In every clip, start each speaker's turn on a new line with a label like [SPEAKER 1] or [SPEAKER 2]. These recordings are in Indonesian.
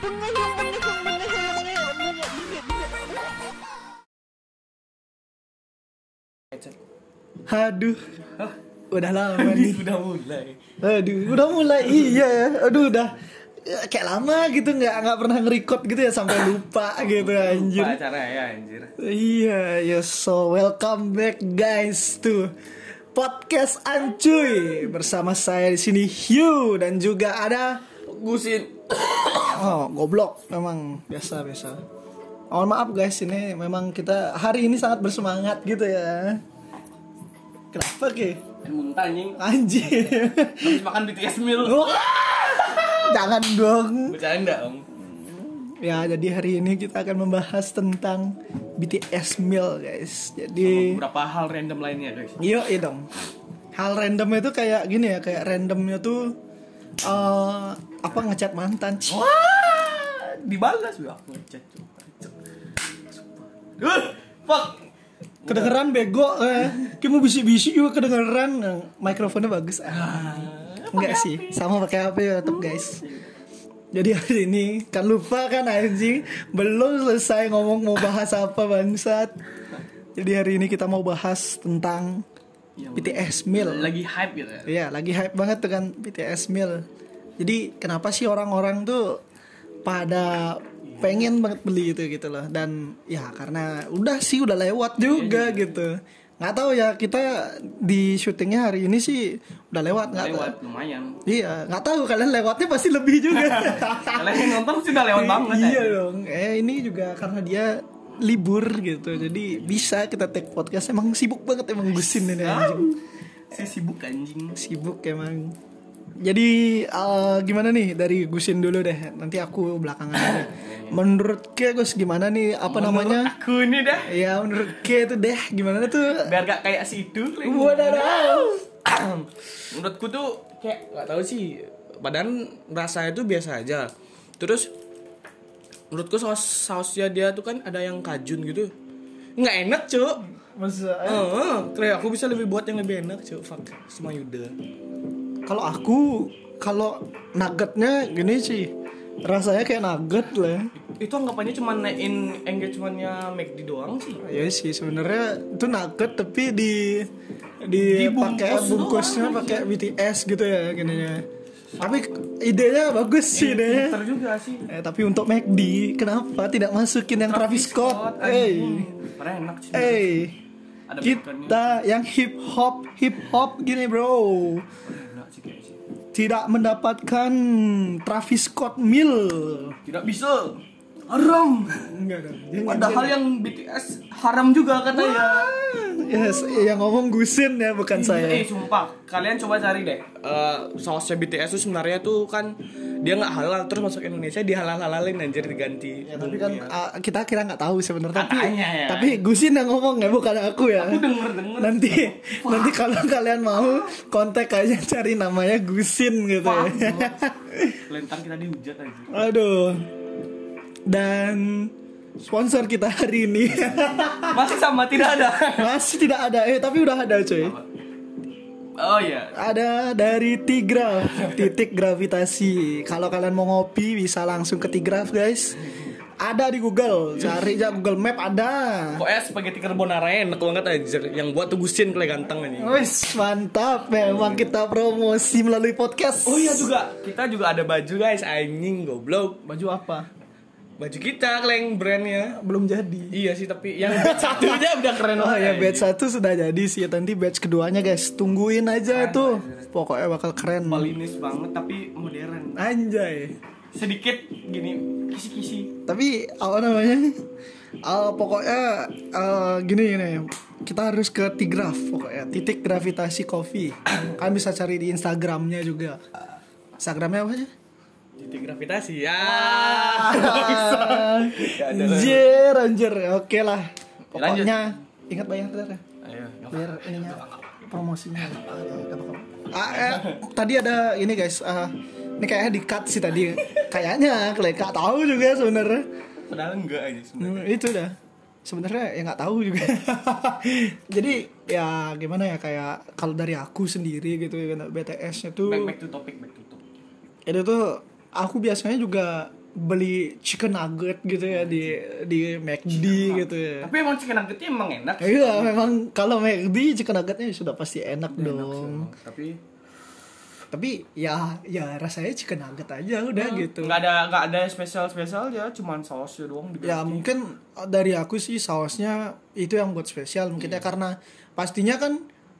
[SPEAKER 1] bengong bengong bengong bengong
[SPEAKER 2] Aduh. Udah lama nih.
[SPEAKER 3] Udah mulai.
[SPEAKER 2] Aduh, udah mulai iya ya. Aduh, udah ya, kayak lama gitu nggak nggak pernah nge-record gitu ya sampai lupa gitu anjir.
[SPEAKER 3] Lupa acara ya anjir.
[SPEAKER 2] Iya, ya so welcome back guys to podcast Ancuy bersama saya di sini Hugh dan juga ada
[SPEAKER 3] Gusin.
[SPEAKER 2] oh goblok memang biasa biasa. Mohon maaf guys ini memang kita hari ini sangat bersemangat gitu ya. Kenapa ke?
[SPEAKER 3] Emang Eh, anjing.
[SPEAKER 2] Anjir.
[SPEAKER 3] Habis makan BTS meal.
[SPEAKER 2] Wah, Jangan dong.
[SPEAKER 3] Bercanda om.
[SPEAKER 2] Ya, jadi hari ini kita akan membahas tentang BTS meal guys. Jadi
[SPEAKER 3] Beberapa hal random lainnya guys.
[SPEAKER 2] Iya, iya dong. Hal random itu kayak gini ya, kayak randomnya tuh eh apa ngechat mantan. Cih,
[SPEAKER 3] Wah, dibalas ya aku ngechat tuh. Uh, fuck.
[SPEAKER 2] Kedengeran bego eh. Kamu bisi-bisi juga kedengeran. Eh, Mikrofonnya bagus. Ah. Enggak sih, sama pakai HP ya tetap guys. Jadi hari ini kan lupa kan anjing belum selesai ngomong mau bahas apa bangsat. Jadi hari ini kita mau bahas tentang
[SPEAKER 3] Yang
[SPEAKER 2] BTS meal.
[SPEAKER 3] Lagi hype gitu ya.
[SPEAKER 2] Iya, lagi hype banget tuh kan BTS meal. Jadi kenapa sih orang-orang tuh pada pengen banget beli itu gitu loh dan ya karena udah sih udah
[SPEAKER 3] Iya,
[SPEAKER 2] lewat juga gitu nggak tahu ya kita di syutingnya hari ini sih udah lewat nggak tahu.
[SPEAKER 3] Lewat lumayan.
[SPEAKER 2] iya nggak tahu kalian lewatnya pasti lebih juga
[SPEAKER 3] Kalian yang nonton sudah lewat banget.
[SPEAKER 2] iya
[SPEAKER 3] anjing.
[SPEAKER 2] dong eh ini juga karena dia libur gitu jadi bisa kita take podcast emang sibuk banget emang gusin ini iya, anjing
[SPEAKER 3] Ah. Si sibuk anjing.
[SPEAKER 2] sibuk emang jadi eh, gimana nih dari Gusin dulu deh nanti aku belakangan aja menurut ke Gus gimana nih apa namanya
[SPEAKER 3] Menurut Aku ini dah.
[SPEAKER 2] ya menurut ke itu deh gimana tuh
[SPEAKER 3] Biar gak kayak si itu.
[SPEAKER 2] Waduh.
[SPEAKER 3] menurutku tuh kayak nggak tahu sih badan rasanya tuh biasa aja terus menurutku saus sausnya dia tuh kan ada yang kajun gitu nggak enak cuk
[SPEAKER 2] Masa- eh,
[SPEAKER 3] Heeh, kayak aku bisa lebih buat yang lebih enak cuk fuck semua yuda
[SPEAKER 2] kalau aku kalau nuggetnya gini sih rasanya kayak nugget lah
[SPEAKER 3] itu anggapannya cuma naikin engagementnya McD doang sih
[SPEAKER 2] ya sih sebenarnya itu nugget tapi di di
[SPEAKER 3] Dibungkus
[SPEAKER 2] pakai
[SPEAKER 3] doang
[SPEAKER 2] bungkusnya
[SPEAKER 3] aja.
[SPEAKER 2] pakai BTS gitu ya gininya tapi idenya bagus sih idenya
[SPEAKER 3] Pinter juga sih
[SPEAKER 2] Eh, tapi untuk McD, kenapa tidak masukin yang Travis, Scott?
[SPEAKER 3] anjing.
[SPEAKER 2] Eh,
[SPEAKER 3] Padahal enak sih
[SPEAKER 2] eh,
[SPEAKER 3] ada baconnya
[SPEAKER 2] kita yang hip hop, hip hop gini bro,
[SPEAKER 3] enak sih kayaknya sih
[SPEAKER 2] tidak mendapatkan Travis Scott meal.
[SPEAKER 3] tidak bisa haram
[SPEAKER 2] Enggak dong. jangan.
[SPEAKER 3] padahal ya- yang BTS haram juga ya. katanya
[SPEAKER 2] Yes, yang ngomong Gusin ya bukan
[SPEAKER 3] Eh
[SPEAKER 2] saya.
[SPEAKER 3] sumpah, kalian coba cari deh. Eh, sausnya BTS tuh sebenarnya tuh kan dia nggak halal terus masuk Indonesia dihalal halalin anjir diganti.
[SPEAKER 2] Ya, tapi kan
[SPEAKER 3] Iya.
[SPEAKER 2] ah, kita kira nggak tahu sebenarnya. Tapi,
[SPEAKER 3] Katanya ya.
[SPEAKER 2] tapi Gusin yang ngomong ya bukan aku ya.
[SPEAKER 3] Aku denger denger.
[SPEAKER 2] Nanti, nanti kalau kalian mau kontak aja cari namanya Gusin gitu.
[SPEAKER 3] Wah,
[SPEAKER 2] ya.
[SPEAKER 3] Lentar kita dihujat aja.
[SPEAKER 2] Aduh. Dan sponsor kita hari ini
[SPEAKER 3] Masih sama tidak ada.
[SPEAKER 2] masih tidak ada eh tapi udah ada cuy.
[SPEAKER 3] Oh iya.
[SPEAKER 2] Ada dari Tigra titik gravitasi. Kalau kalian mau ngopi bisa langsung ke Tigraf guys. Ada di Google, cari aja Google Map ada.
[SPEAKER 3] Pokoknya spaghetti carbonara enak banget anjir. Yang buat tuh Gusin kali ganteng ini.
[SPEAKER 2] Wes mantap memang kita promosi melalui podcast.
[SPEAKER 3] Iya. Oh iya juga. Kita juga ada baju guys anjing goblok.
[SPEAKER 2] Baju apa?
[SPEAKER 3] Baju kita kleng brandnya.
[SPEAKER 2] Belum jadi.
[SPEAKER 3] Iya sih tapi yang batch satunya udah keren
[SPEAKER 2] Oh
[SPEAKER 3] banget.
[SPEAKER 2] ya
[SPEAKER 3] anjing.
[SPEAKER 2] batch satu sudah jadi sih nanti batch keduanya guys tungguin
[SPEAKER 3] Iya,
[SPEAKER 2] aja itu pokoknya bakal keren
[SPEAKER 3] Malinis banget tapi modern.
[SPEAKER 2] anjay
[SPEAKER 3] Sedikit gini kisi-kisi.
[SPEAKER 2] tapi apa namanya Eh, pokoknya eh, gini gini kita harus ke tigraf pokoknya titik gravitasi coffee kalian bisa cari di instagramnya juga instagramnya apa aja
[SPEAKER 3] titik gravitasi ya
[SPEAKER 2] anjir anjir oke lah pokoknya ingat bayar ntar ya
[SPEAKER 3] Ayo, nggak
[SPEAKER 2] biar ininya promosinya Ah, ya, nggak apa-apa. Ah, eh, tadi ada ini guys ah, ini kayaknya di cut sih tadi kayaknya kayak nggak tahu juga sebenarnya
[SPEAKER 3] apa. padahal enggak aja sebenarnya
[SPEAKER 2] Hmm, itu dah sebenarnya ya nggak tahu juga jadi ya gimana ya kayak kalau dari aku sendiri gitu ya BTS nya tuh
[SPEAKER 3] back back to topic back to topic
[SPEAKER 2] itu tuh aku biasanya juga beli chicken nugget gitu ya di di McD gitu
[SPEAKER 4] Iya.
[SPEAKER 2] ya.
[SPEAKER 3] Tapi emang chicken nuggetnya emang enak. sih.
[SPEAKER 2] Iya, memang kalau McD chicken nuggetnya sudah pasti enak dong.
[SPEAKER 3] Enak sih emang. Tapi
[SPEAKER 2] Tapi ya ya rasanya chicken nugget
[SPEAKER 4] Ya,
[SPEAKER 2] aja udah gitu.
[SPEAKER 3] nggak ada nggak ada spesial spesial ya, cuman sausnya doang diganti.
[SPEAKER 2] Ya mungkin dari aku sih sausnya itu yang buat spesial mungkin ya karena pastinya kan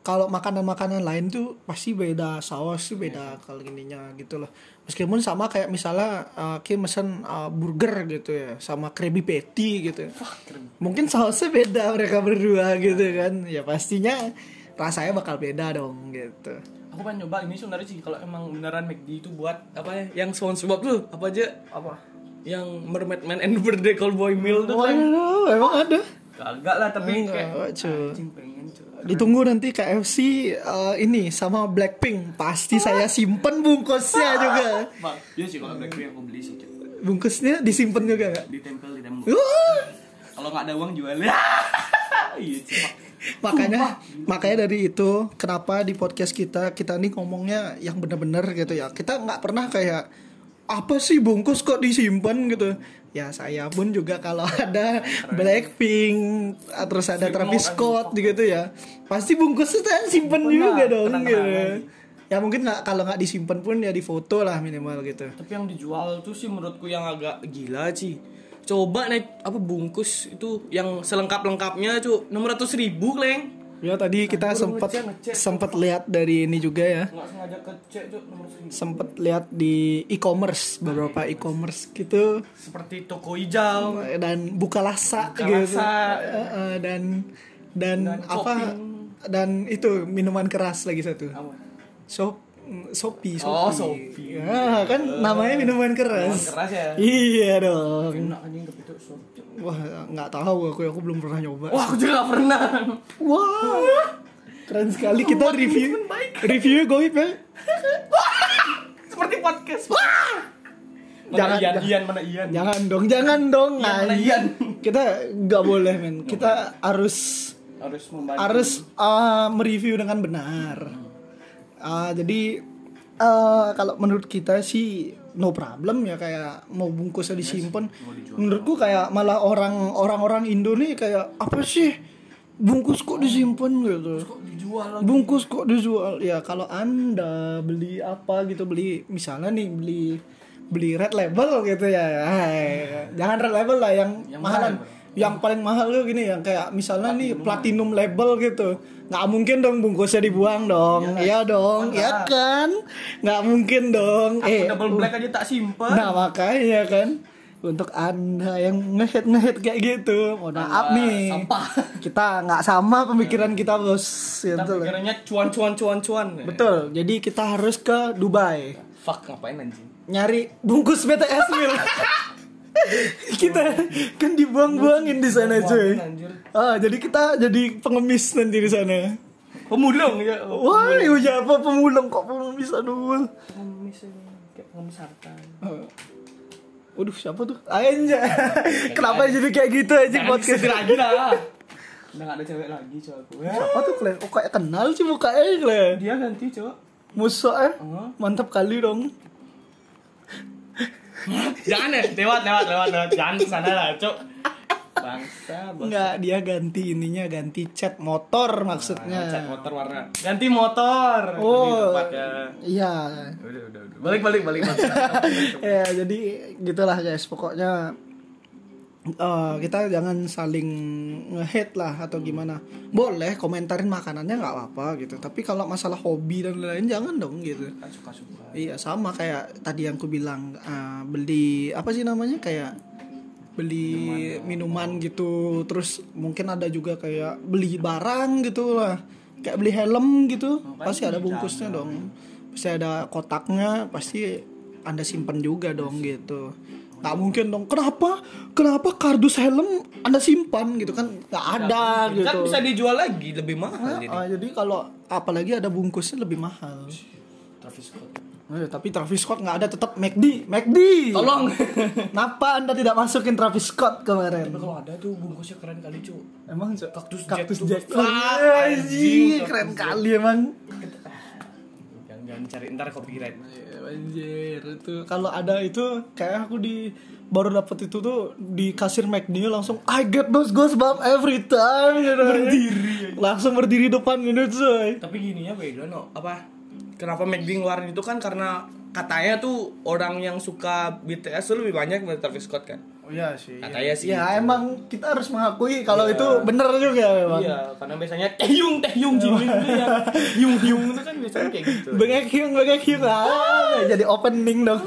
[SPEAKER 2] kalau makanan-makanan lain tuh pasti beda saus tuh beda kalau ininya gitu loh. Meskipun sama kayak misalnya uh, Kim mesen uh, burger gitu ya sama Krabby Patty gitu. Mungkin sausnya beda mereka berdua gitu kan. Ya pastinya rasanya bakal beda dong gitu.
[SPEAKER 3] Aku pengen nyoba ini sebenarnya sih kalau emang beneran McD itu buat
[SPEAKER 4] apa ya yang SpongeBob tuh apa aja
[SPEAKER 3] apa?
[SPEAKER 4] yang Mermaid Man and Birthday Callboy Meal tuh kan
[SPEAKER 2] Waduh, emang ada.
[SPEAKER 3] Kagak lah tapi kayak
[SPEAKER 2] Enggak, cuy.
[SPEAKER 3] anjing pengen cuy.
[SPEAKER 2] Ditunggu nanti KFC eh, ini sama Blackpink pasti saya simpen bungkusnya juga.
[SPEAKER 3] Bang, iya sih kalau Blackberry aku beli sih cuy.
[SPEAKER 2] Bungkusnya disimpan juga nggak?
[SPEAKER 3] Ditempel di tembok.
[SPEAKER 2] Wuh!
[SPEAKER 3] Kalau nggak ada uang jual. Iya cuy.
[SPEAKER 2] makanya makanya dari itu kenapa di podcast kita kita nih ngomongnya yang bener-bener gitu ya kita nggak pernah kayak apa sih bungkus kok disimpan gitu ya saya pun juga kalau ada Blackpink ah, terus ada Travis Scott gitu ya pasti bungkusnya saya simpen juga dong gitu ya mungkin nggak kalau nggak disimpan pun ya di foto lah minimal gitu
[SPEAKER 4] tapi yang dijual tuh sih menurutku yang agak gila sih coba naik apa bungkus itu yang selengkap lengkapnya tuh enam ratus ribu leng
[SPEAKER 2] ya tadi kita sempat sempat lihat dari ini juga ya
[SPEAKER 3] Nggak sengaja kecek cuy nomor segini.
[SPEAKER 2] sempet lihat di e-commerce beberapa e-commerce gitu
[SPEAKER 3] Seperti toko hijau.
[SPEAKER 2] Eh, dan buka lasa gitu Eh, eh, dan dan, apa dan itu minuman keras lagi satu sop mm, sopi sopi
[SPEAKER 3] Oh, Shopee. Eh,
[SPEAKER 2] Ya, kan namanya minuman keras,
[SPEAKER 3] Keras ya.
[SPEAKER 2] iya dong
[SPEAKER 3] Enak anjing tapi tuh sup.
[SPEAKER 2] wah nggak tahu aku aku belum pernah nyoba
[SPEAKER 3] Wah, aku juga nggak pernah.
[SPEAKER 2] Wah, keren sekali kita review review goib ya
[SPEAKER 3] Seperti podcast. Wah!
[SPEAKER 2] Jangan,
[SPEAKER 3] Mana Ian,
[SPEAKER 2] jangan.
[SPEAKER 3] Ian, mana Ian?
[SPEAKER 2] jangan dong jangan dong
[SPEAKER 3] mana
[SPEAKER 2] anjing.
[SPEAKER 3] Ian?
[SPEAKER 2] kita nggak boleh men kita harus
[SPEAKER 3] Harus membantu.
[SPEAKER 2] harus uh, mereview dengan benar. Uh, jadi uh, kalau menurut kita sih no problem ya kayak mau bungkusnya disimpan. Menurutku kayak malah orang orang-orang Indo nih kayak apa sih bungkus kok disimpan gitu.
[SPEAKER 3] dijual
[SPEAKER 2] Bungkus kok dijual ya kalau anda beli apa gitu beli misalnya nih beli beli red label gitu ya, Hai, jangan red label lah yang, mahalan yang paling mahal tuh gini yang kayak misalnya nih platinum label gitu nggak mungkin dong bungkusnya dibuang dong iya dong ya kan nggak mungkin dong eh
[SPEAKER 3] double black aja tak simpen
[SPEAKER 2] Nah makanya kan untuk anda yang ngehit ngehit kayak gitu, mohon maaf nih.
[SPEAKER 3] sampah.
[SPEAKER 2] Kita nggak sama pemikiran kita bos, gitu loh.
[SPEAKER 3] pikirannya cuan cuan cuan cuan
[SPEAKER 2] Betul. Jadi kita harus ke Dubai
[SPEAKER 3] fuck ngapain anjing
[SPEAKER 2] nyari bungkus BTS mil. kita kan dibuang-buangin di sana cuy.
[SPEAKER 3] anjir.
[SPEAKER 2] Ah, jadi kita jadi pengemis nanti di sana.
[SPEAKER 3] pemulung ya
[SPEAKER 2] Wah, ya apa pemulung kok pengemis aduh.
[SPEAKER 3] pengemis ini, kayak pengemis harta
[SPEAKER 2] Eh, Waduh siapa tuh? Aja. Kenapa jadi kayak gitu aja podcast
[SPEAKER 3] lagi lah udah gak ada cewek lagi cowok aku Eh,
[SPEAKER 2] Siapa tuh Kle? Oh kayak kenal sih mukanya Kle.
[SPEAKER 3] dia ganti cowok
[SPEAKER 2] Musuh eh.
[SPEAKER 3] Oh.
[SPEAKER 2] Mantap kali dong.
[SPEAKER 3] jangan ya lewat lewat lewat lewat jangan kesana lah cowok bangsa bangsa
[SPEAKER 2] Enggak, dia ganti ininya, ganti cat Ah, motor maksudnya.
[SPEAKER 3] cat motor warna ganti motor Ini
[SPEAKER 2] Oh.
[SPEAKER 3] tempatnya.
[SPEAKER 2] Iya.
[SPEAKER 3] udah udah udah balik balik balik balik.
[SPEAKER 2] ya, jadi gitulah guys, pokoknya eh, kita jangan saling nge-hate lah atau gimana boleh komentarin makanannya nggak apa-apa gitu tapi kalau masalah hobi dan lain-lain jangan dong gitu
[SPEAKER 3] Kan suka suka
[SPEAKER 2] Iya sama kayak tadi yang ku bilang eh, beli apa sih namanya kayak beli minuman gitu terus mungkin ada juga kayak beli barang gitu lah kayak beli helm gitu pasti ada bungkusnya dong pasti ada kotaknya pasti anda simpen juga dong gitu nggak mungkin dong kenapa kenapa kardus helm anda simpan gitu kan nggak ada gitu
[SPEAKER 4] kan bisa dijual lagi lebih mahal jadi
[SPEAKER 2] Ah, jadi kalau apalagi ada bungkusnya lebih mahal
[SPEAKER 3] Travis Scott
[SPEAKER 2] Eh, tapi Travis Scott nggak ada tetap McD, McD.
[SPEAKER 3] Tolong.
[SPEAKER 2] Kenapa anda tidak masukin Travis Scott kemarin?
[SPEAKER 3] kalau ada tuh bungkusnya keren kali cuk
[SPEAKER 2] Emang Cok?
[SPEAKER 3] Cactus Jack
[SPEAKER 2] kaktus
[SPEAKER 3] tuh.
[SPEAKER 2] Jack.
[SPEAKER 3] Wah,
[SPEAKER 2] Wah,
[SPEAKER 3] anjing,
[SPEAKER 2] anjing, keren kali emang.
[SPEAKER 3] jangan jangan
[SPEAKER 5] jangan cari ntar copyright
[SPEAKER 3] Iya, Anjir itu
[SPEAKER 2] Kalau ada itu kayak aku di baru dapet itu tuh di kasir McD langsung I get those goosebumps every time gitu. Berdiri. Langsung berdiri depan gitu coy.
[SPEAKER 3] tapi gininya beda no apa kenapa McD ngeluarin itu kan karena katanya tuh orang yang suka BTS tuh lebih banyak dari Travis Scott kan
[SPEAKER 5] oh iya sih
[SPEAKER 3] katanya sih
[SPEAKER 2] Ya emang kita harus mengakui kalau itu bener juga ya, memang.
[SPEAKER 3] iya karena biasanya tehyung tehyung jimin itu ya yung yung itu kan biasanya kayak gitu
[SPEAKER 2] Bengek hiung, bengek hiung. Ah, jadi opening dong.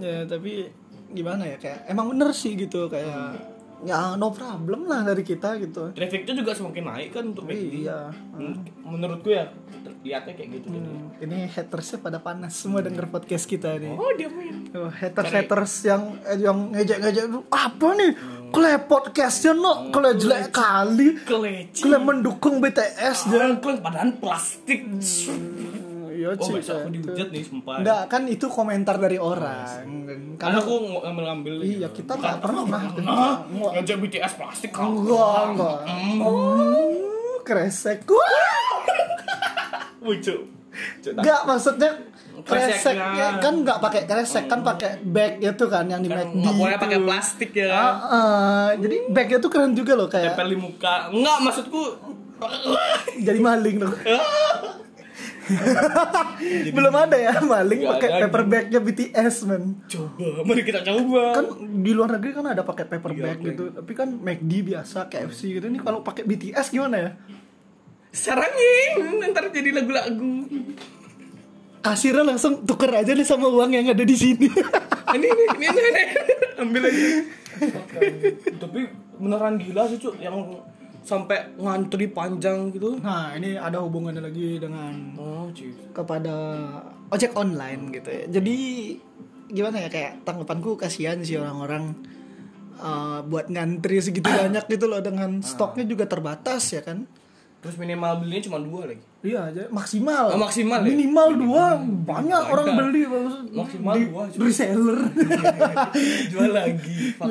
[SPEAKER 2] ya, tapi gimana ya kayak emang bener sih gitu kayak ya no problem lah dari kita gitu.
[SPEAKER 3] traffic itu juga semakin naik kan untuk McD
[SPEAKER 2] Iya.
[SPEAKER 3] Men- menurutku ya lihatnya kayak gitu gitu.
[SPEAKER 5] Hmm.
[SPEAKER 2] Ini hatersnya pada panas semua denger podcast kita nih.
[SPEAKER 3] oh dia main
[SPEAKER 2] Oh, haters haters yang eh, yang ngejek ngejek apa nih? Kle podcastnya no, kle jelek kali,
[SPEAKER 3] keleci
[SPEAKER 2] kle mendukung BTS dan
[SPEAKER 3] Jangan kalian padahal plastik.
[SPEAKER 5] Hmm.
[SPEAKER 2] Iya
[SPEAKER 3] Oh,
[SPEAKER 2] cuy,
[SPEAKER 3] masa aku
[SPEAKER 2] itu.
[SPEAKER 3] dihujat Iya nih sumpah.
[SPEAKER 2] Enggak, kan itu komentar dari orang.
[SPEAKER 3] Karena
[SPEAKER 2] Karena
[SPEAKER 3] aku ng- ngambil-ngambil.
[SPEAKER 2] iya kita nggak pernah.
[SPEAKER 3] Ah, ngajak BTS plastik kau.
[SPEAKER 2] Enggak, enggak.
[SPEAKER 3] Mm.
[SPEAKER 2] Oh, kresek. Wah!
[SPEAKER 3] Lucu.
[SPEAKER 2] Enggak maksudnya
[SPEAKER 3] Kreseknya.
[SPEAKER 2] kreseknya kan enggak pakai kresek kan pakai bag itu kan yang di McD.
[SPEAKER 3] Kan nggak boleh
[SPEAKER 2] itu.
[SPEAKER 3] pakai plastik ya.
[SPEAKER 2] Ah, ah. jadi bagnya tuh keren juga loh kayak
[SPEAKER 3] Tempel di muka. Enggak maksudku.
[SPEAKER 2] jadi maling loh. Belum ada ya maling
[SPEAKER 3] Nggak
[SPEAKER 2] pakai
[SPEAKER 3] ada. gitu.
[SPEAKER 2] paper bagnya BTS men.
[SPEAKER 3] Coba, mari kita coba.
[SPEAKER 2] kan di luar negeri kan ada pakai paper
[SPEAKER 3] Iya,
[SPEAKER 2] bag gitu tapi kan McD biasa KFC gitu nih kalau pakai BTS gimana ya
[SPEAKER 3] Sarangin, ntar jadi lagu-lagu.
[SPEAKER 2] kasirnya langsung tuker aja nih sama uang yang ada di sini
[SPEAKER 3] ini, ini, ini, ini, ini. Ambil aja. Tapi beneran gila sih, Cuk, yang sampai ngantri panjang gitu.
[SPEAKER 2] nah ini ada hubungannya lagi dengan
[SPEAKER 3] Oh, cuy.
[SPEAKER 2] kepada ojek online gitu ya jadi gimana ya kayak tanggapanku kasihan sih orang-orang eh, buat ngantri segitu banyak gitu loh dengan stoknya juga terbatas ya kan
[SPEAKER 3] Terus minimal belinya cuma dua lagi.
[SPEAKER 2] Iya aja maksimal.
[SPEAKER 3] Oh, maksimal ya?
[SPEAKER 2] Minimal dua banyak orang beli maksud-
[SPEAKER 3] Maksimal
[SPEAKER 2] di-
[SPEAKER 3] dua aja.
[SPEAKER 2] reseller.
[SPEAKER 3] Jual lagi. Fuck.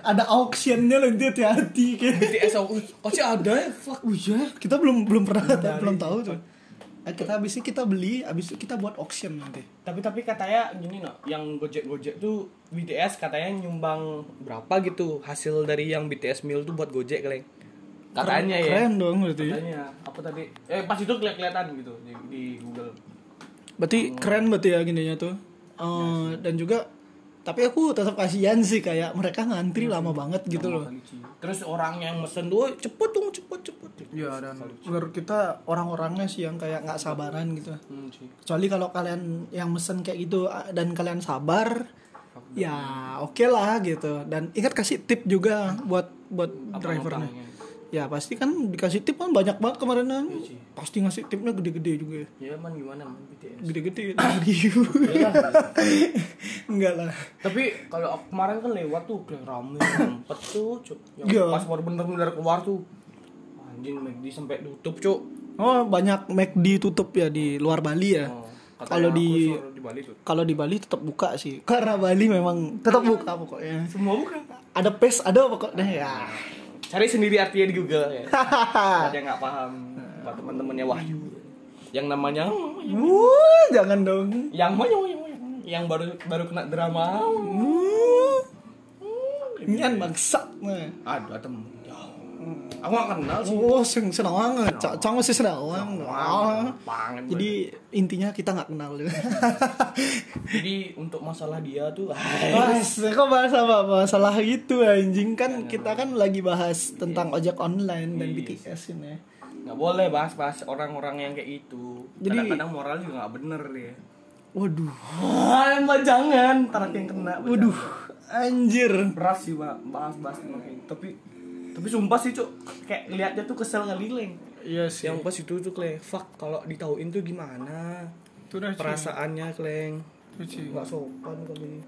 [SPEAKER 2] Ada auctionnya loh dia hati-hati kayak.
[SPEAKER 3] BTS aku pasti ada ya. Fuck.
[SPEAKER 2] Oh iya, kita belum belum pernah belum tahu tuh. Nah, kita habis ini kita beli, habis itu kita buat auction nanti.
[SPEAKER 3] Tapi tapi katanya gini no, yang Gojek Gojek tuh BTS katanya nyumbang berapa gitu hasil dari yang BTS meal tuh buat Gojek kali. Katanya ya.
[SPEAKER 2] Keren dong berarti.
[SPEAKER 3] Katanya apa tadi? Eh pas itu keli- kelihatan gitu di, di Google.
[SPEAKER 2] Berarti keren berarti ya gininya tuh. Eh, dan juga tapi aku tetap kasihan sih kayak mereka ngantri lama banget gitu loh.
[SPEAKER 3] Terus orang yang mesen tuh "Oi, cepet dong cepet cepet.
[SPEAKER 2] Iya dan menurut kita orang-orangnya sih yang kayak nggak sabaran gitu.
[SPEAKER 3] Hmm, cuy.
[SPEAKER 2] kecuali kalau kalian yang mesen kayak gitu ah, dan kalian sabar ya oke lah gitu dan ingat kasih tip juga buat buat drivernya ya pasti kan dikasih tip kan banyak banget kemarin kan. pasti ngasih tipnya gede-gede juga ya.
[SPEAKER 3] Ya man gimana man BTS.
[SPEAKER 2] gede-gede review enggak lah
[SPEAKER 3] Tapi kalau aku- kemarin kan lewat tuh kayak rame sempet tuh, Cuk. Yang
[SPEAKER 2] Iya.
[SPEAKER 3] pas baru bener-bener keluar tuh. Anjing McD sampai tutup, Cuk.
[SPEAKER 2] oh banyak McD tutup ya di luar Bali ya
[SPEAKER 3] Oh, katanya
[SPEAKER 2] kalau
[SPEAKER 3] aku
[SPEAKER 2] di
[SPEAKER 3] suruh di Bali tuh.
[SPEAKER 2] kalau di Bali tetap buka sih karena Bali memang
[SPEAKER 3] Iya.
[SPEAKER 2] tetap buka pokoknya
[SPEAKER 3] Semua bukan.
[SPEAKER 2] ada pes ada pokoknya ya
[SPEAKER 3] Cari sendiri artinya di Google ya. Buat yang nggak paham, buat teman-temannya Wahyu. Yang namanya
[SPEAKER 2] Wuh, jangan dong.
[SPEAKER 3] yang mau yang yang baru baru kena drama.
[SPEAKER 2] Wuh. Nyan bangsa. Nah.
[SPEAKER 3] Aduh, temen. Ya. Aku gak kenal sih.
[SPEAKER 2] Oh, sing senawang, cang cang masih senawang. Wah.
[SPEAKER 3] Banget. Jadi
[SPEAKER 2] Jadi intinya kita nggak kenal dulu.
[SPEAKER 3] jadi untuk masalah dia tuh
[SPEAKER 2] Eh, Mas, kok bahas apa? Masalah gitu anjing kan kita kan lagi bahas tentang ojek online dan BTS ini.
[SPEAKER 3] nggak boleh bahas-bahas orang-orang yang kayak itu
[SPEAKER 2] Jadi-
[SPEAKER 3] kadang-kadang moral juga nggak bener ya. dia
[SPEAKER 2] Waduh,
[SPEAKER 3] Wah, emang jangan tarak yang kena
[SPEAKER 2] waduh, anjir.
[SPEAKER 3] beras sih Pak, bahas-bahas tentang ini. gitu. tapi tapi sumpah sih cuk kayak liatnya tuh kesel kali leng
[SPEAKER 2] Iya sih.
[SPEAKER 3] yang pas itu tuh kleng fuck kalau ditauin tuh gimana perasaannya kleng nggak sopan kali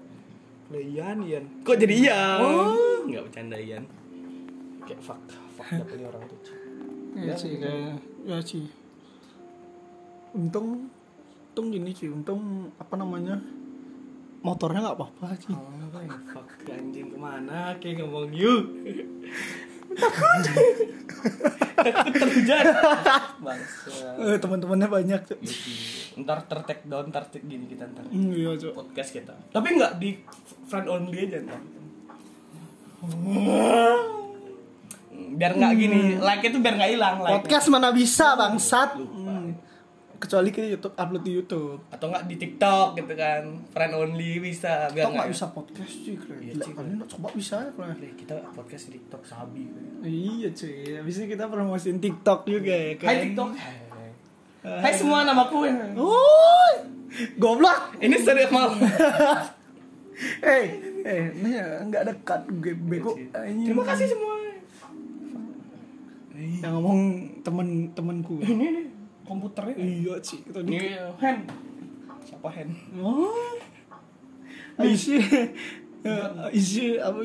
[SPEAKER 3] Lah, Ian Ian kok jadi Ian nggak bercanda Ian kayak fuck fuck dapet nih orang tuh Cuk.
[SPEAKER 2] Iya sih, kayak- iya sih. Untung, untung gini sih, untung apa namanya motornya nggak apa-apa sih.
[SPEAKER 3] Oh, Kleng, fuck anjing kemana kayak ngomong you takut terhujan bangsa
[SPEAKER 2] Eh, teman-temannya banyak tuh.
[SPEAKER 3] Gitu. ntar tertek down tertek gini kita ntar
[SPEAKER 2] Hmm, iya, Cok.
[SPEAKER 3] podcast kita tapi nggak di front only aja ntar biar nggak gini like itu biar nggak hilang like
[SPEAKER 2] Podcast mana bisa bangsat? Hmm. Kecuali kita YouTube upload di YouTube.
[SPEAKER 3] atau nggak di tiktok gitu kan friend only bisa biar
[SPEAKER 2] Kok
[SPEAKER 3] nggak ya?
[SPEAKER 2] nggak bisa podcast cuy keren.
[SPEAKER 3] Iya,
[SPEAKER 2] Gila,
[SPEAKER 3] cuy.
[SPEAKER 2] kalian nggak kan coba bisa ya keren.
[SPEAKER 3] Boleh, kita podcast di tiktok sabi
[SPEAKER 2] Iya cuy, habis ini kita promosiin TikTok juga ya kan.
[SPEAKER 3] hai tiktok hai semua namaku
[SPEAKER 2] Wuih, goblok.
[SPEAKER 3] ini serius mau
[SPEAKER 2] Eh, eh, ini ya, nggak dekat gue bego. Anjing.
[SPEAKER 3] Iya, terima kasih semua
[SPEAKER 2] Yang ngomong temen-temenku.
[SPEAKER 3] ini nih komputernya
[SPEAKER 2] iya cuy, kita di.
[SPEAKER 3] ini hand siapa hand
[SPEAKER 2] Oh. Isi eh, isi apa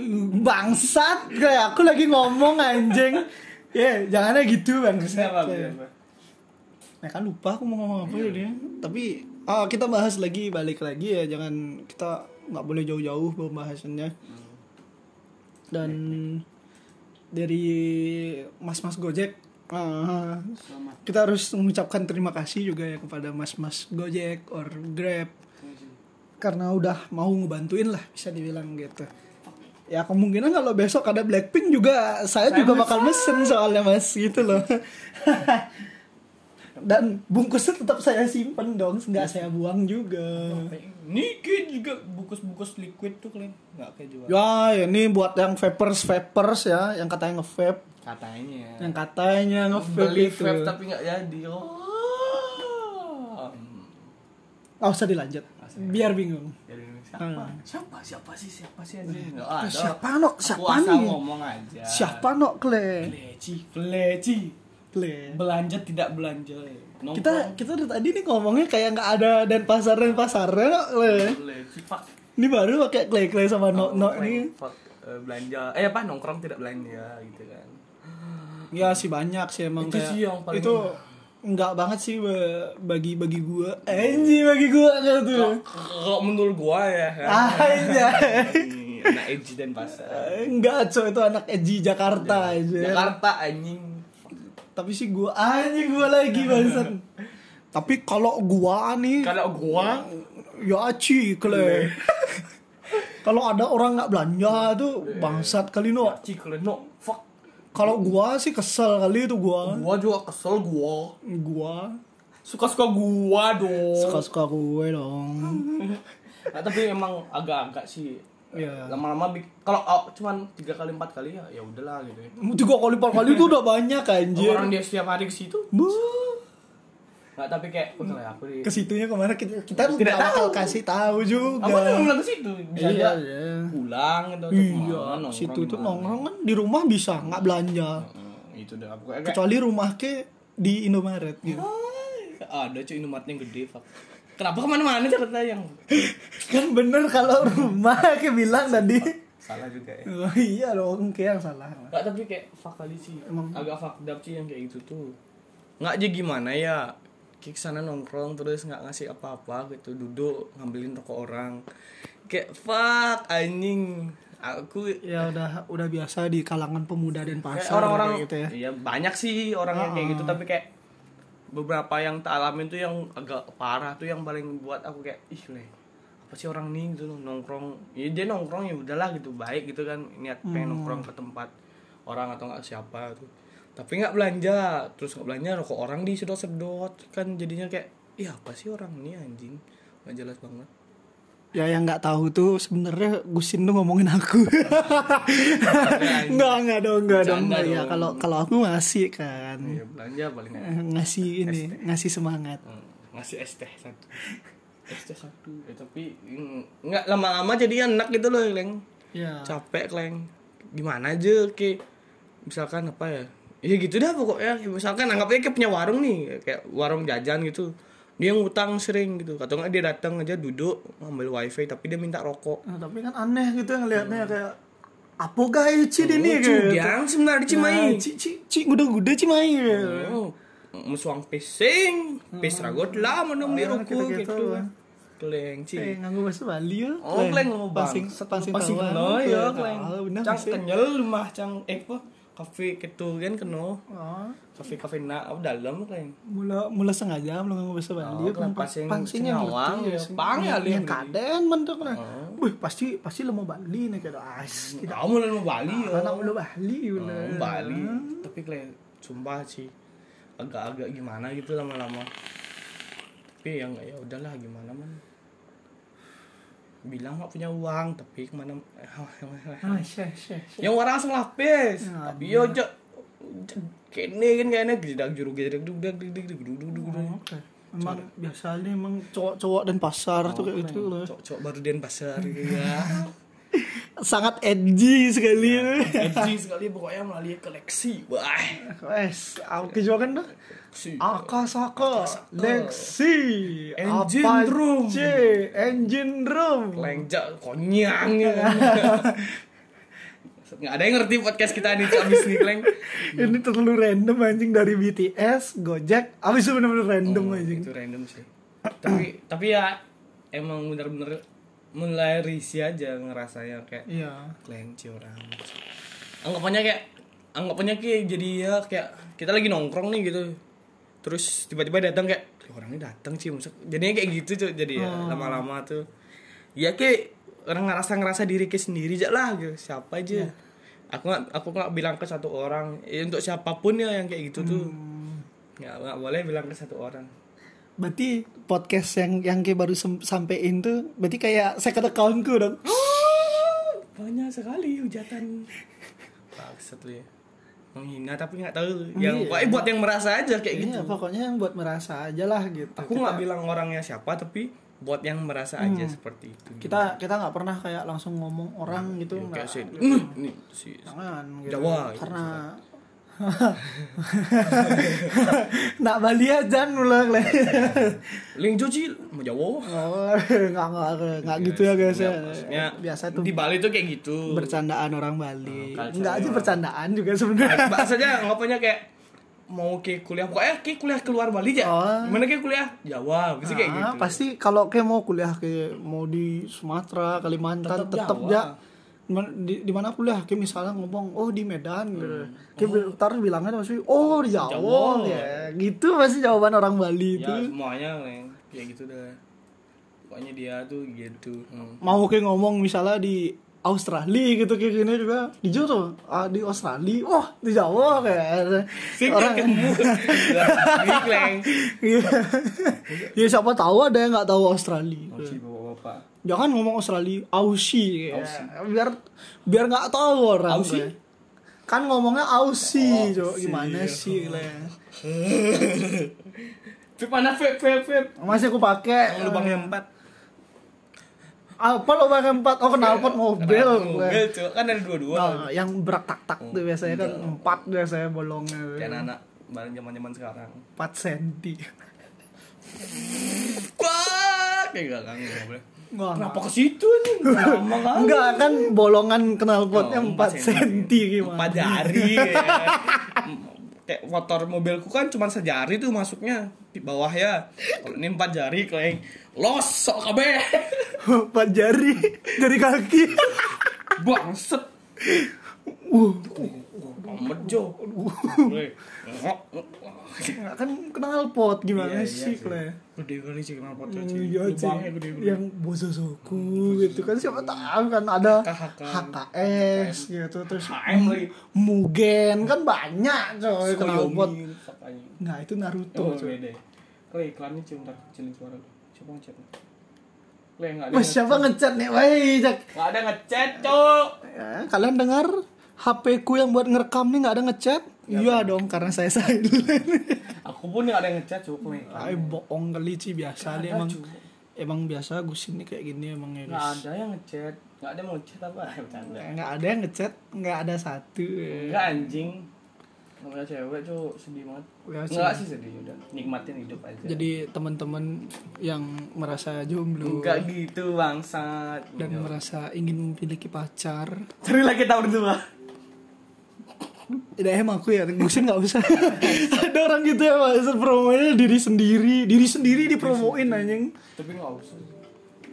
[SPEAKER 2] bangsat kayak aku lagi ngomong anjing. Ya, jangannya gitu bangsat.
[SPEAKER 3] Siapa?
[SPEAKER 2] Nah kan lupa aku mau ngomong apa ya Tapi ah, kita bahas lagi balik lagi ya jangan kita nggak boleh jauh-jauh pembahasannya. Dan dari mas-mas Gojek ah, kita harus mengucapkan terima kasih juga ya kepada mas-mas Gojek or Grab karena udah mau ngebantuin lah bisa dibilang gitu. Ya kemungkinan kalau besok ada Blackpink juga saya, juga bakal mesen soalnya mas gitu loh. Dan bungkusnya tetap saya simpen dong, nggak saya buang juga.
[SPEAKER 3] Niki juga bungkus-bungkus liquid tuh kalian nggak kayak jual.
[SPEAKER 2] Ya, ini buat yang vapers vapers ya, yang katanya nge-vape,
[SPEAKER 3] Katanya.
[SPEAKER 2] yang katanya nge-vape gitu.
[SPEAKER 3] Beli
[SPEAKER 2] itu.
[SPEAKER 3] vape tapi nggak jadi loh. Hmm.
[SPEAKER 2] Oh, usah dilanjut. Biar bingung.
[SPEAKER 3] Siapa? Siapa? Siapa sih? Siapa sih aja? Nggak ada.
[SPEAKER 2] Hmm. Eh, siapa, Nok?
[SPEAKER 3] Aku
[SPEAKER 2] Siapa
[SPEAKER 3] asal
[SPEAKER 2] nih?
[SPEAKER 3] ngomong aja.
[SPEAKER 2] Siapa nok kle?
[SPEAKER 3] Peleci, peleci.
[SPEAKER 2] Kle.
[SPEAKER 3] Belanja tidak belanja. Nongkrong.
[SPEAKER 2] Kita kita dari tadi nih ngomongnya kayak nggak ada dan pasar dan pasarnya nok kle.
[SPEAKER 3] peleci pak.
[SPEAKER 2] Ini baru pakai kle kle sama
[SPEAKER 3] Oh,
[SPEAKER 2] nok nok nih.
[SPEAKER 3] Fuck, eh, belanja. Eh apa? Nongkrong tidak belanja gitu kan.
[SPEAKER 2] Ya sih banyak sih emang
[SPEAKER 3] Itu
[SPEAKER 2] kayak-
[SPEAKER 3] sih yang paling-
[SPEAKER 2] itu nggak banget sih be- bagi bagi gua. Anjir bagi gua kayak tuh.
[SPEAKER 3] Kalau menurut gua ya. kan.
[SPEAKER 2] Aja.
[SPEAKER 3] Ini Anak edgy dan pasar.
[SPEAKER 2] Enggak, coy, itu anak edgy Jakarta aja.
[SPEAKER 3] Ya, Jakarta anjing.
[SPEAKER 2] Tapi sih gua anjing gua lagi barusan. Tapi kalau gua nih
[SPEAKER 3] Ya. Kalau Iya. gua
[SPEAKER 2] ya aci kle. kalau ada orang nggak belanja tuh
[SPEAKER 3] Iya.
[SPEAKER 2] bangsat kali no.
[SPEAKER 3] Aci kalau no fuck
[SPEAKER 2] Kalau gua sih kesel kali itu gua.
[SPEAKER 3] gua juga kesel gua
[SPEAKER 2] Gua
[SPEAKER 3] suka-suka gua dong
[SPEAKER 2] suka-suka gue dong.
[SPEAKER 3] Nah, tapi emang agak-agak sih
[SPEAKER 2] Iya.
[SPEAKER 3] lama-lama bik- kalau oh, cuman tiga kali empat kali ya ya udahlah gitu ya.
[SPEAKER 2] Tiga kali empat kali itu udah banyak anjir.
[SPEAKER 3] orang dia setiap hari ke situ
[SPEAKER 2] Buh.
[SPEAKER 3] nggak tapi kayak udah lah aku di
[SPEAKER 2] Kesitunya kemana kita kita nggak bakal kasih tahu juga.
[SPEAKER 3] aku tuh bilang ke situ bisa
[SPEAKER 2] Iya,
[SPEAKER 3] aja
[SPEAKER 2] iya.
[SPEAKER 3] pulang gitu atau kemana,
[SPEAKER 2] Iya,
[SPEAKER 3] nongkrong
[SPEAKER 2] situ tuh
[SPEAKER 3] gimana.
[SPEAKER 2] nongkrong kan di rumah bisa nggak belanja.
[SPEAKER 3] Heeh, itu udah aku kayak
[SPEAKER 2] Kecuali rumah ke di Indomaret gitu.
[SPEAKER 3] kayak, ah, ada cuy Indomaret yang gede fuck kenapa kemana-mana cerita yang
[SPEAKER 2] kan bener kalau rumah ke bilang tadi.
[SPEAKER 3] salah juga ya
[SPEAKER 2] Oh, iya dong, kayak yang salah.
[SPEAKER 3] Gak tapi kayak fuck kali sih
[SPEAKER 2] Emang-
[SPEAKER 3] Agak fuck up sih yang kayak gitu tuh Gak aja gimana ya Kayak kesana nongkrong terus gak ngasih apa-apa gitu Duduk ngambilin rokok orang Kayak fuck anjing Aku
[SPEAKER 2] Ya udah udah biasa di kalangan pemuda dan
[SPEAKER 3] kayak
[SPEAKER 2] pasar
[SPEAKER 3] orang-orang
[SPEAKER 2] kayak gitu ya. Ah.
[SPEAKER 3] Iya banyak sih orangnya kayak gitu Tapi kayak beberapa yang tak alamin tuh yang agak parah tuh yang paling buat aku kayak ih leh apa sih orang nih gitu loh, nongkrong ya dia nongkrong ya udahlah gitu baik gitu kan niat
[SPEAKER 2] Hmm.
[SPEAKER 3] pengen nongkrong ke tempat orang atau nggak siapa tuh tapi nggak belanja terus nggak belanja rokok orang disedot-sedot kan jadinya kayak iya apa sih orang ini anjing nggak jelas banget
[SPEAKER 2] Ya yang nggak tahu tuh sebenarnya Gusin tuh ngomongin aku. nggak nggak dong, nggak dong.
[SPEAKER 3] Bercanda
[SPEAKER 2] Ya
[SPEAKER 3] dong.
[SPEAKER 2] kalau kalau aku masih kan
[SPEAKER 3] ya belanja paling nggak.
[SPEAKER 2] eh, ngasih ini, ngasih semangat.
[SPEAKER 3] Hmm, ngasih es teh satu es teh satu ya, tapi mm, nggak lama-lama jadi enak gitu loh leng
[SPEAKER 2] Ya.
[SPEAKER 3] capek kleng gimana aja ke misalkan apa ya ya gitu dah pokoknya misalkan anggapnya kayak punya warung nih kayak warung jajan gitu dia ngutang sering gitu atau nggak dia datang aja duduk ngambil wifi tapi dia minta rokok
[SPEAKER 2] Nah, tapi kan aneh gitu
[SPEAKER 3] Iya.
[SPEAKER 2] ngelihatnya kayak apa guys
[SPEAKER 3] Oh,
[SPEAKER 2] cid ini
[SPEAKER 3] Lucu,
[SPEAKER 2] gitu.
[SPEAKER 3] diang sebenarnya Cimahi
[SPEAKER 2] Nah, cik cik cik guda guda cimai gitu.
[SPEAKER 3] Oh, musuang pising pis ragot lah menung di
[SPEAKER 2] Ah,
[SPEAKER 3] ruko
[SPEAKER 2] gitu-gitu
[SPEAKER 3] gitu
[SPEAKER 2] lah.
[SPEAKER 3] kleng cing
[SPEAKER 2] Eh nganggo bahasa Bali ya.
[SPEAKER 3] Oh, kleng lo bang.
[SPEAKER 2] pasing pasing
[SPEAKER 3] pasing
[SPEAKER 2] tawa.
[SPEAKER 3] lo ya, kleng.
[SPEAKER 2] Ah, benar
[SPEAKER 3] Cang
[SPEAKER 2] sih.
[SPEAKER 3] kenyal rumah cang eh apa? kafe gitu kan
[SPEAKER 2] Oh,
[SPEAKER 3] kena kafe kafe na apa dalam kan
[SPEAKER 2] mula mula sengaja mula nggak bisa bali.
[SPEAKER 3] Oh, kenapa sing- singawang, ya, pang ya,
[SPEAKER 2] ya
[SPEAKER 3] lihat. Oh.
[SPEAKER 2] kaden mentok nah. Wih, pasti pasti lemu bali nih kada as. Tidak
[SPEAKER 3] kamu mulai mau Bali ya
[SPEAKER 2] anak mulu bali
[SPEAKER 3] Hmm. Oh,
[SPEAKER 2] ulah.
[SPEAKER 3] Bali tapi kayak sumpah sih agak-agak gimana gitu lama-lama tapi ya nggak ya udahlah gimana man bilang nggak punya uang tapi kemana
[SPEAKER 2] Ah, syah syah.
[SPEAKER 3] yang orang langsung lapis
[SPEAKER 2] Ya,
[SPEAKER 3] tapi yo cok kene kan kayaknya gidak juru gidak duk dak dik dik dik duk duk duk duk.
[SPEAKER 2] Oke. Emang biasanya emang cowok-cowok dan pasar tuh kayak gitu loh.
[SPEAKER 3] cok cok baru den pasar gitu ya
[SPEAKER 2] Sangat edgy sekali.
[SPEAKER 3] Anjing sekali pokoknya melalui koleksi wah
[SPEAKER 2] Wes, aku juga kan tuh.
[SPEAKER 3] si
[SPEAKER 2] Akasaka, Lexi,
[SPEAKER 3] Engine
[SPEAKER 2] Apache,
[SPEAKER 3] room.
[SPEAKER 2] engine room.
[SPEAKER 3] lengjak konyang ya kan nggak ada yang ngerti podcast kita nih cok abis nih kleng
[SPEAKER 2] Ini terlalu random anjing dari BTS, Gojek, abis itu bener-bener random anjing.
[SPEAKER 3] Oh, itu random sih tapi tapi ya emang bener-bener mulai risih aja ngerasanya kayak
[SPEAKER 2] Iya.
[SPEAKER 3] kleng ci orang anggapannya kayak anggapannya kayak jadi ya kayak kita lagi nongkrong nih gitu terus tiba-tiba datang kayak "Ih, orangnya datang sih maksud jadinya kayak gitu tuh jadi ya lama-lama tuh ya kayak orang ngerasa ngerasa diri kayak sendiri aja lah gitu siapa aja aku nggak aku nggak bilang ke satu orang Ya, untuk siapapun ya yang kayak gitu tuh nggak nggak boleh bilang ke satu orang
[SPEAKER 2] Berarti podcast yang yang kayak baru sem- sampein tuh, berarti kayak second accountku dong.
[SPEAKER 3] Oh, banyak sekali hujatan maksud lu ya menghina tapi nggak tahu
[SPEAKER 2] Iya.
[SPEAKER 3] yang pokoknya buat yang merasa aja kayak gitu
[SPEAKER 2] Iya, pokoknya yang buat merasa aja lah gitu.
[SPEAKER 3] aku nggak bilang orangnya siapa tapi buat yang merasa aja seperti itu
[SPEAKER 2] Hmm. Kita kita nggak pernah kayak langsung ngomong orang gitu.
[SPEAKER 3] Hmm,
[SPEAKER 2] nggak.
[SPEAKER 3] kayak si "Mm, ini si
[SPEAKER 2] Jangan gitu.
[SPEAKER 3] Jawa, gitu,
[SPEAKER 2] karena nak Bali aja ulang lah.
[SPEAKER 3] Ling Joji mau jawab
[SPEAKER 2] Oh, nggak nggak nggak gitu ya guys ya.
[SPEAKER 3] Iya maksudnya
[SPEAKER 2] Biasa tuh
[SPEAKER 3] di Bali tuh kayak gitu
[SPEAKER 2] bercandaan orang Bali.
[SPEAKER 3] Kalau
[SPEAKER 2] Nggak aja
[SPEAKER 3] saya-
[SPEAKER 2] bercandaan juga sebenarnya.
[SPEAKER 3] bahasanya ngapainnya kayak mau ke kuliah pokoknya ke kuliah keluar Bali aja
[SPEAKER 2] Oh.
[SPEAKER 3] gimana ke kuliah Jawa bisa kayak
[SPEAKER 2] Ah,
[SPEAKER 3] gitu
[SPEAKER 2] pasti kalau kayak mau kuliah kayak mau di Sumatera, Kalimantan,
[SPEAKER 3] Tetep
[SPEAKER 2] tetap
[SPEAKER 3] Jawa.
[SPEAKER 2] ya Dimana- di, di mana kuliah kayak misalnya ngomong oh di Medan gitu. Kayak bil- ntar bilangnya pasti oh di Jawa,
[SPEAKER 3] Hmm. Jawa.
[SPEAKER 2] ya. Gitu pasti jawaban orang Bali itu.
[SPEAKER 3] ya semuanya Leng. kayak gitu dah pokoknya dia tuh gitu Hmm.
[SPEAKER 2] mau kayak ngomong misalnya di Australia gitu kayak gini juga di Jawa tuh, ah, di Australia wah di Jawa kayak
[SPEAKER 3] Sing kan ketemu. Gila, Leng.
[SPEAKER 2] Iya. ya siapa tahu ada yang nggak tahu Australia
[SPEAKER 3] Oke, bapak-bapak.
[SPEAKER 2] jangan ngomong Australia Aussie ya. biar biar nggak tahu orang
[SPEAKER 3] Aussie? Oh,
[SPEAKER 2] kayak. kan ngomongnya Aussie Cok. gimana
[SPEAKER 3] iya.
[SPEAKER 2] sih Le?
[SPEAKER 3] Vape mana vape vape vape.
[SPEAKER 2] masih aku pakai
[SPEAKER 3] Yang lubang Oh, yang empat.
[SPEAKER 2] apa lubang yang empat oh knalpot mobil
[SPEAKER 3] Iya. Mobil Oh,
[SPEAKER 2] Le.
[SPEAKER 3] cuy kan ada dua dua.
[SPEAKER 2] Nah, yang berak tak tak tuh biasanya kan empat biasanya bolongnya Le.
[SPEAKER 3] Dan anak barang zaman zaman sekarang.
[SPEAKER 2] 4 senti
[SPEAKER 3] Wah, kayak gak kangen nggak boleh.
[SPEAKER 2] Nggak,
[SPEAKER 3] Kenapa ke situ nih? Lama
[SPEAKER 2] nggak.
[SPEAKER 3] kali.
[SPEAKER 2] Enggak kan bolongan knalpotnya
[SPEAKER 3] Oh,
[SPEAKER 2] 4,
[SPEAKER 3] empat
[SPEAKER 2] senti gimana
[SPEAKER 3] Empat jari. ya. Kayak motor mobilku kan cuma sejari tuh masuknya di bawah ya. Kalau ini empat jari, kleng. Los sok kabeh.
[SPEAKER 2] 4 jari Jari kaki
[SPEAKER 3] Bangset.
[SPEAKER 2] uh,
[SPEAKER 3] Amat jo. Boleh.
[SPEAKER 2] nggak kan knalpot gimana
[SPEAKER 3] Iya, iya
[SPEAKER 2] sih
[SPEAKER 3] sih.
[SPEAKER 2] Kle?
[SPEAKER 3] Gede kali sih kenapa tuh sih.
[SPEAKER 2] Iya sih,
[SPEAKER 3] Lubangnya gede gede.
[SPEAKER 2] yang bozo soku gitu kan siapa tahu kan ada
[SPEAKER 3] KHK.
[SPEAKER 2] HKS gitu terus
[SPEAKER 3] HM lagi.
[SPEAKER 2] Mugen kan banyak coy
[SPEAKER 3] Soyomi,
[SPEAKER 2] knalpot.
[SPEAKER 3] katanya.
[SPEAKER 2] Nah itu
[SPEAKER 3] Tuh
[SPEAKER 2] Naruto coy.
[SPEAKER 3] Oh, beda. Kali iklannya cium ntar kecilin suara lu. Siapa ngechat? Kali nggak ada.
[SPEAKER 2] Wah siapa ngecat nih? Wah, Jack.
[SPEAKER 3] Nggak ada ngechat cok.
[SPEAKER 2] Ya, kalian dengar HP ku yang buat ngerekam nih nggak ada ngechat? Iya dong karena saya silent.
[SPEAKER 3] Aku pun nggak ada ngechat cok. Kali
[SPEAKER 2] Ay bohong kali Ci, biasa dia emang emang biasa Gusin nih kayak gini emang ya
[SPEAKER 3] nggak
[SPEAKER 2] guys.
[SPEAKER 3] ada yang ngechat. Nggak ada yang mau ngechat apa? Bercanda.
[SPEAKER 2] Nggak ada yang ngechat, nggak ada satu. ya.
[SPEAKER 3] Nggak anjing. Namanya cewek cok sedih banget.
[SPEAKER 2] Ya, sih.
[SPEAKER 3] Nggak Iya sih sedih udah. Nikmatin hidup aja.
[SPEAKER 2] Jadi teman-teman yang merasa jomblo
[SPEAKER 3] Enggak gitu bangsat.
[SPEAKER 2] dan merasa ingin memiliki pacar,
[SPEAKER 3] Cari lagi kita berdua.
[SPEAKER 2] tidak emang aku ya, Gusin nggak usah. ada orang gitu ya, Mas, promonya diri sendiri, diri sendiri dipromoin anjing.
[SPEAKER 3] Tapi nggak usah.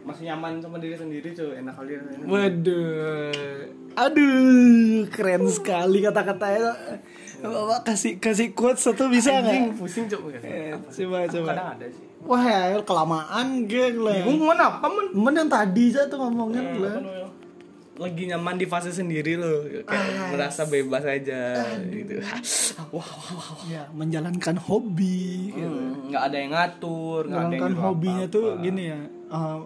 [SPEAKER 3] masih nyaman sama diri sendiri tuh enak kali ya. rasanya.
[SPEAKER 2] Waduh. Aduh, keren sekali kata-katanya. Bapak kasih kasih quotes satu bisa
[SPEAKER 3] Anjing,
[SPEAKER 2] nggak?
[SPEAKER 3] pusing cok gue.
[SPEAKER 2] Eh, coba coba.
[SPEAKER 3] Kan Kadang ada sih.
[SPEAKER 2] Wah, ya, kelamaan geng lah.
[SPEAKER 3] Bingung Iya, mau apa men?
[SPEAKER 2] Cuman yang tadi aja tuh ngomongnya lah.
[SPEAKER 3] Anu ya. Lagi nyaman di fase sendiri lo, kayak merasa bebas aja gitu. Ah, Wah, wah, wah.
[SPEAKER 2] Ya, menjalankan hobi. gitu.
[SPEAKER 3] Hmm, Nggak ada yang ngatur, nggak ada yang
[SPEAKER 2] Menjalankan
[SPEAKER 3] nyuruh
[SPEAKER 2] hobinya
[SPEAKER 3] apa-apa.
[SPEAKER 2] tuh gini ya. eh,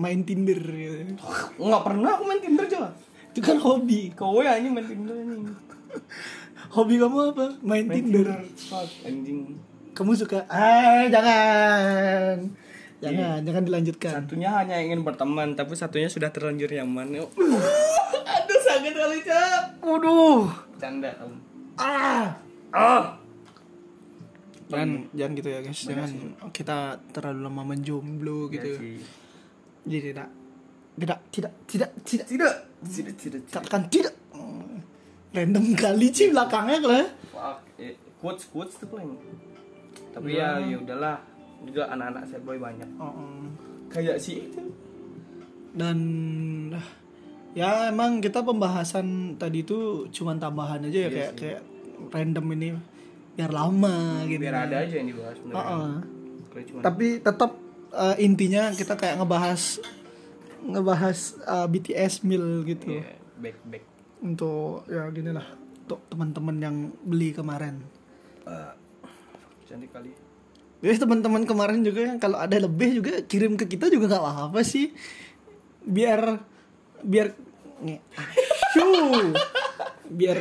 [SPEAKER 2] main Tinder gitu.
[SPEAKER 3] nggak pernah aku main Tinder coba.
[SPEAKER 2] Itu kan hobi.
[SPEAKER 3] Kowe anjing ya, main Tinder anjing.
[SPEAKER 2] Hobi kamu apa? Main,
[SPEAKER 3] Main
[SPEAKER 2] Tinder.
[SPEAKER 3] Fuck, anjing.
[SPEAKER 2] Kamu suka? Eh, jangan. Jangan,
[SPEAKER 3] Iya.
[SPEAKER 2] jangan dilanjutkan.
[SPEAKER 3] Satunya hanya ingin berteman, tapi satunya sudah terlanjur nyaman. Yuk. Aduh sakit kali cok.
[SPEAKER 2] Waduh.
[SPEAKER 3] Canda om.
[SPEAKER 2] Ah.
[SPEAKER 3] Ah. Iya.
[SPEAKER 2] Jangan, jangan gitu ya guys. Jangan kita terlalu lama
[SPEAKER 3] Iya
[SPEAKER 2] menjomblo gitu. Jadi tidak, tidak, tidak, tidak, tidak.
[SPEAKER 3] Tidak. Tidak, tidak, tidak.
[SPEAKER 2] Katakan tidak. Hmm. Random kali sih belakangnya ya. lah.
[SPEAKER 3] Fuck. Eh, Quotes, quotes tuh paling. Tapi ya, ya udahlah. Juga anak-anak saya boy banyak. Kayak si itu.
[SPEAKER 2] Oh, Dan ah, ya emang kita pembahasan tadi itu cuman tambahan aja ya kayak kayak random ini biar lama gitu.
[SPEAKER 3] Hmm, Biar ada aja yang dibahas sebenarnya.
[SPEAKER 2] Heeh.
[SPEAKER 3] Kayak cuma
[SPEAKER 2] tapi tetap uh, intinya kita kayak ngebahas ngebahas uh, BTS meal gitu
[SPEAKER 3] ya, back back.
[SPEAKER 2] untuk ya gini lah untuk teman-teman yang beli kemarin
[SPEAKER 3] Cantik kali.
[SPEAKER 2] jadi teman-teman kemarin juga kalau ada lebih juga kirim ke kita juga nggak apa-apa sih biar biar nge- Shoo. biar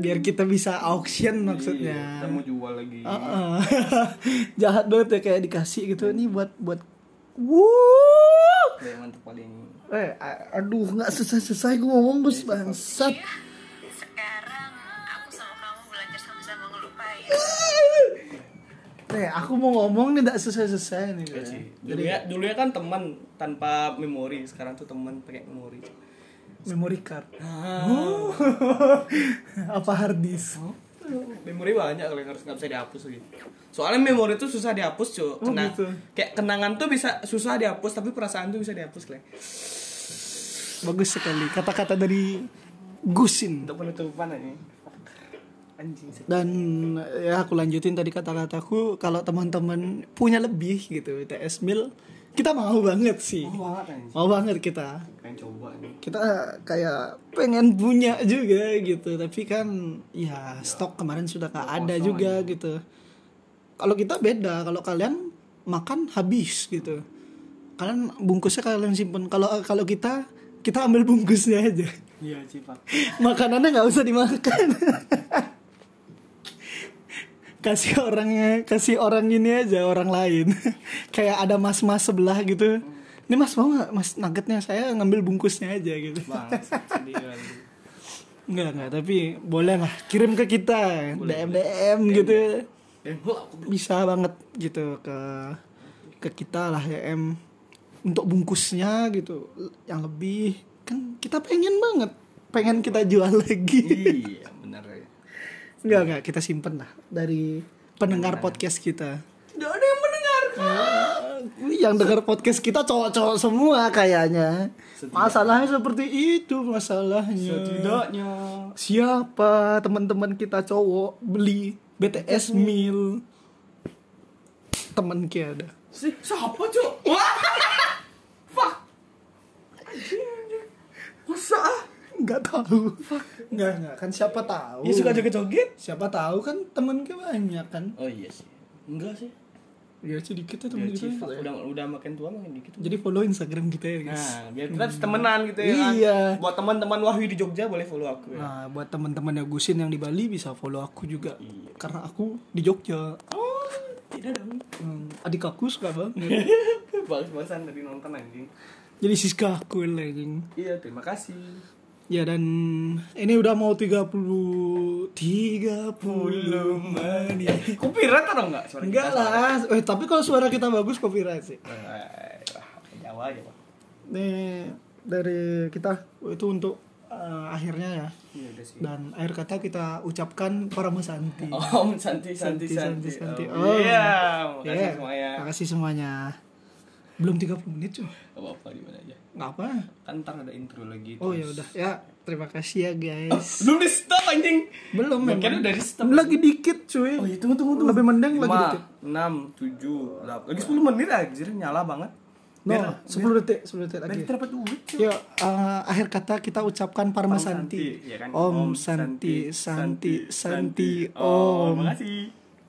[SPEAKER 2] biar kita bisa auction
[SPEAKER 3] Iya, Kita
[SPEAKER 2] maksudnya
[SPEAKER 3] mau jual lagi.
[SPEAKER 2] Heeh. jahat banget ya kayak dikasih gitu nih buat buat wuh
[SPEAKER 3] Kayak mantep kali ini.
[SPEAKER 2] Eh, a- aduh, nggak selesai-selesai gue ngomong bus bangsat.
[SPEAKER 1] Sekarang aku sama kamu belajar sama-sama ngelupain.
[SPEAKER 2] Eh, aku mau ngomong nih nggak selesai-selesai nih.
[SPEAKER 3] Ya,
[SPEAKER 2] Bre.
[SPEAKER 3] sih. Dulu ya, dulu ya kan teman tanpa memori, sekarang tuh teman pakai memori.
[SPEAKER 2] Memory card. Oh. Apa hard disk?
[SPEAKER 3] memori banyak kalau yang harus nggak bisa dihapus gitu soalnya memori tuh susah dihapus cuy Kena-
[SPEAKER 2] gitu.
[SPEAKER 3] kayak kenangan tuh bisa susah dihapus tapi perasaan tuh bisa dihapus lah
[SPEAKER 2] Bagus sekali kata-kata dari Gusin.
[SPEAKER 3] untuk penutupan aja anjing sih
[SPEAKER 2] Dan ya aku lanjutin tadi kata-kataku kalau teman-teman punya lebih gitu TS Mil kita mau banget sih.
[SPEAKER 3] banget anjing
[SPEAKER 2] Mau banget kita.
[SPEAKER 3] pengen coba nih
[SPEAKER 2] kita kayak pengen punya juga gitu tapi kan ya stok kemarin sudah gak ada juga gitu kalau kita beda kalau kalian makan habis gitu kalian bungkusnya kalian simpen kalau kalau kita kita ambil bungkusnya aja
[SPEAKER 3] iya sih pak
[SPEAKER 2] makanannya nggak usah dimakan kasih orangnya kasih orang ini aja orang lain kayak ada mas-mas sebelah gitu ini mas mau nggak mas nuggetnya saya ngambil bungkusnya aja gitu
[SPEAKER 3] banget sedih kali
[SPEAKER 2] Enggak, enggak, tapi boleh lah kirim ke kita DM DM gitu.
[SPEAKER 3] dan gua Eh, aku
[SPEAKER 2] Bisa banget gitu ke ke kita lah ya em untuk bungkusnya gitu yang lebih kan kita pengen banget pengen kita jual lagi
[SPEAKER 3] iya bener ya
[SPEAKER 2] enggak enggak kita simpen lah dari pendengar podcast kita
[SPEAKER 3] udah ada yang mendengar
[SPEAKER 2] yang dengar podcast kita cowok-cowok semua kayaknya masalahnya seperti itu
[SPEAKER 3] Iya,
[SPEAKER 2] masalahnya
[SPEAKER 3] setidaknya
[SPEAKER 2] siapa teman-teman kita cowok beli BTS
[SPEAKER 3] Iya.
[SPEAKER 2] meal teman kia ada
[SPEAKER 3] sih siapa cuy wah fuck masa ah
[SPEAKER 2] nggak tahu nggak nggak kan siapa tahu
[SPEAKER 3] Dia Iya, suka joget-joget
[SPEAKER 2] siapa tahu kan teman kia banyak kan
[SPEAKER 3] Hmm. oh iya sih enggak sih
[SPEAKER 2] ya sedikit ya teman
[SPEAKER 3] Udah,
[SPEAKER 2] kita
[SPEAKER 3] Cif,
[SPEAKER 2] ya.
[SPEAKER 3] udah udah makin tua makin dikit.
[SPEAKER 2] jadi follow Instagram kita ya guys
[SPEAKER 3] Nah, biar kita bisa temenan gitu ya. kan.
[SPEAKER 2] Iya.
[SPEAKER 3] Buat teman-teman Wahyu di Jogja boleh follow aku ya.
[SPEAKER 2] Nah, buat teman-teman yang Gusin yang di Bali bisa follow aku juga
[SPEAKER 3] Iya.
[SPEAKER 2] karena aku di Jogja.
[SPEAKER 3] Oh, tidak dong.
[SPEAKER 2] Hmm, adik aku suka
[SPEAKER 3] Iya.
[SPEAKER 2] banget.
[SPEAKER 3] Bagus-bagusan tadi nonton anjing.
[SPEAKER 2] Jadi Siska aku anjing.
[SPEAKER 3] Iya, terima kasih.
[SPEAKER 2] Ya dan ini udah mau 30 30 menit.
[SPEAKER 3] Copyright atau Iya. enggak suara
[SPEAKER 2] Enggak lah. Eh tapi kalau suara kita bagus copyright sih.
[SPEAKER 3] kita? Eh, wah, Jawa aja, Pak.
[SPEAKER 2] Nih dari kita oh, itu untuk eh, akhirnya ya.
[SPEAKER 3] Iya, udah sih.
[SPEAKER 2] Dan akhir kata kita ucapkan para Santi.
[SPEAKER 3] Om Santi Santi
[SPEAKER 2] Santi,
[SPEAKER 3] Santi.
[SPEAKER 2] Santi.
[SPEAKER 3] Oh, Iya,
[SPEAKER 2] Iya,
[SPEAKER 3] makasih semuanya.
[SPEAKER 2] Makasih semuanya. Belum 30 menit cuy.
[SPEAKER 3] Gak apa-apa di mana aja.
[SPEAKER 2] Nggak apa.
[SPEAKER 3] Kan ntar ada intro lagi.
[SPEAKER 2] Oh ya
[SPEAKER 3] terus.
[SPEAKER 2] udah ya. Terima kasih ya guys.
[SPEAKER 3] Belum di stop anjing.
[SPEAKER 2] Belum
[SPEAKER 3] Gua
[SPEAKER 2] memang.
[SPEAKER 3] kira Oh. udah di stop.
[SPEAKER 2] Lagi dikit cuy.
[SPEAKER 3] Oh iya tunggu tunggu tunggu.
[SPEAKER 2] Lebih mending lagi
[SPEAKER 3] Lima,
[SPEAKER 2] dikit.
[SPEAKER 3] Enam, tujuh, delapan. Lagi sepuluh menit anjir nyala banget.
[SPEAKER 2] No, 10 detik, 10 detik lagi.
[SPEAKER 3] Lagi dapat duit. cuy.
[SPEAKER 2] Yuk, eh, akhir kata kita ucapkan Parma
[SPEAKER 3] Om Santi,
[SPEAKER 2] Santi.
[SPEAKER 3] ya kan?
[SPEAKER 2] Om Santi, Santi, Santi. Om.
[SPEAKER 3] makasih.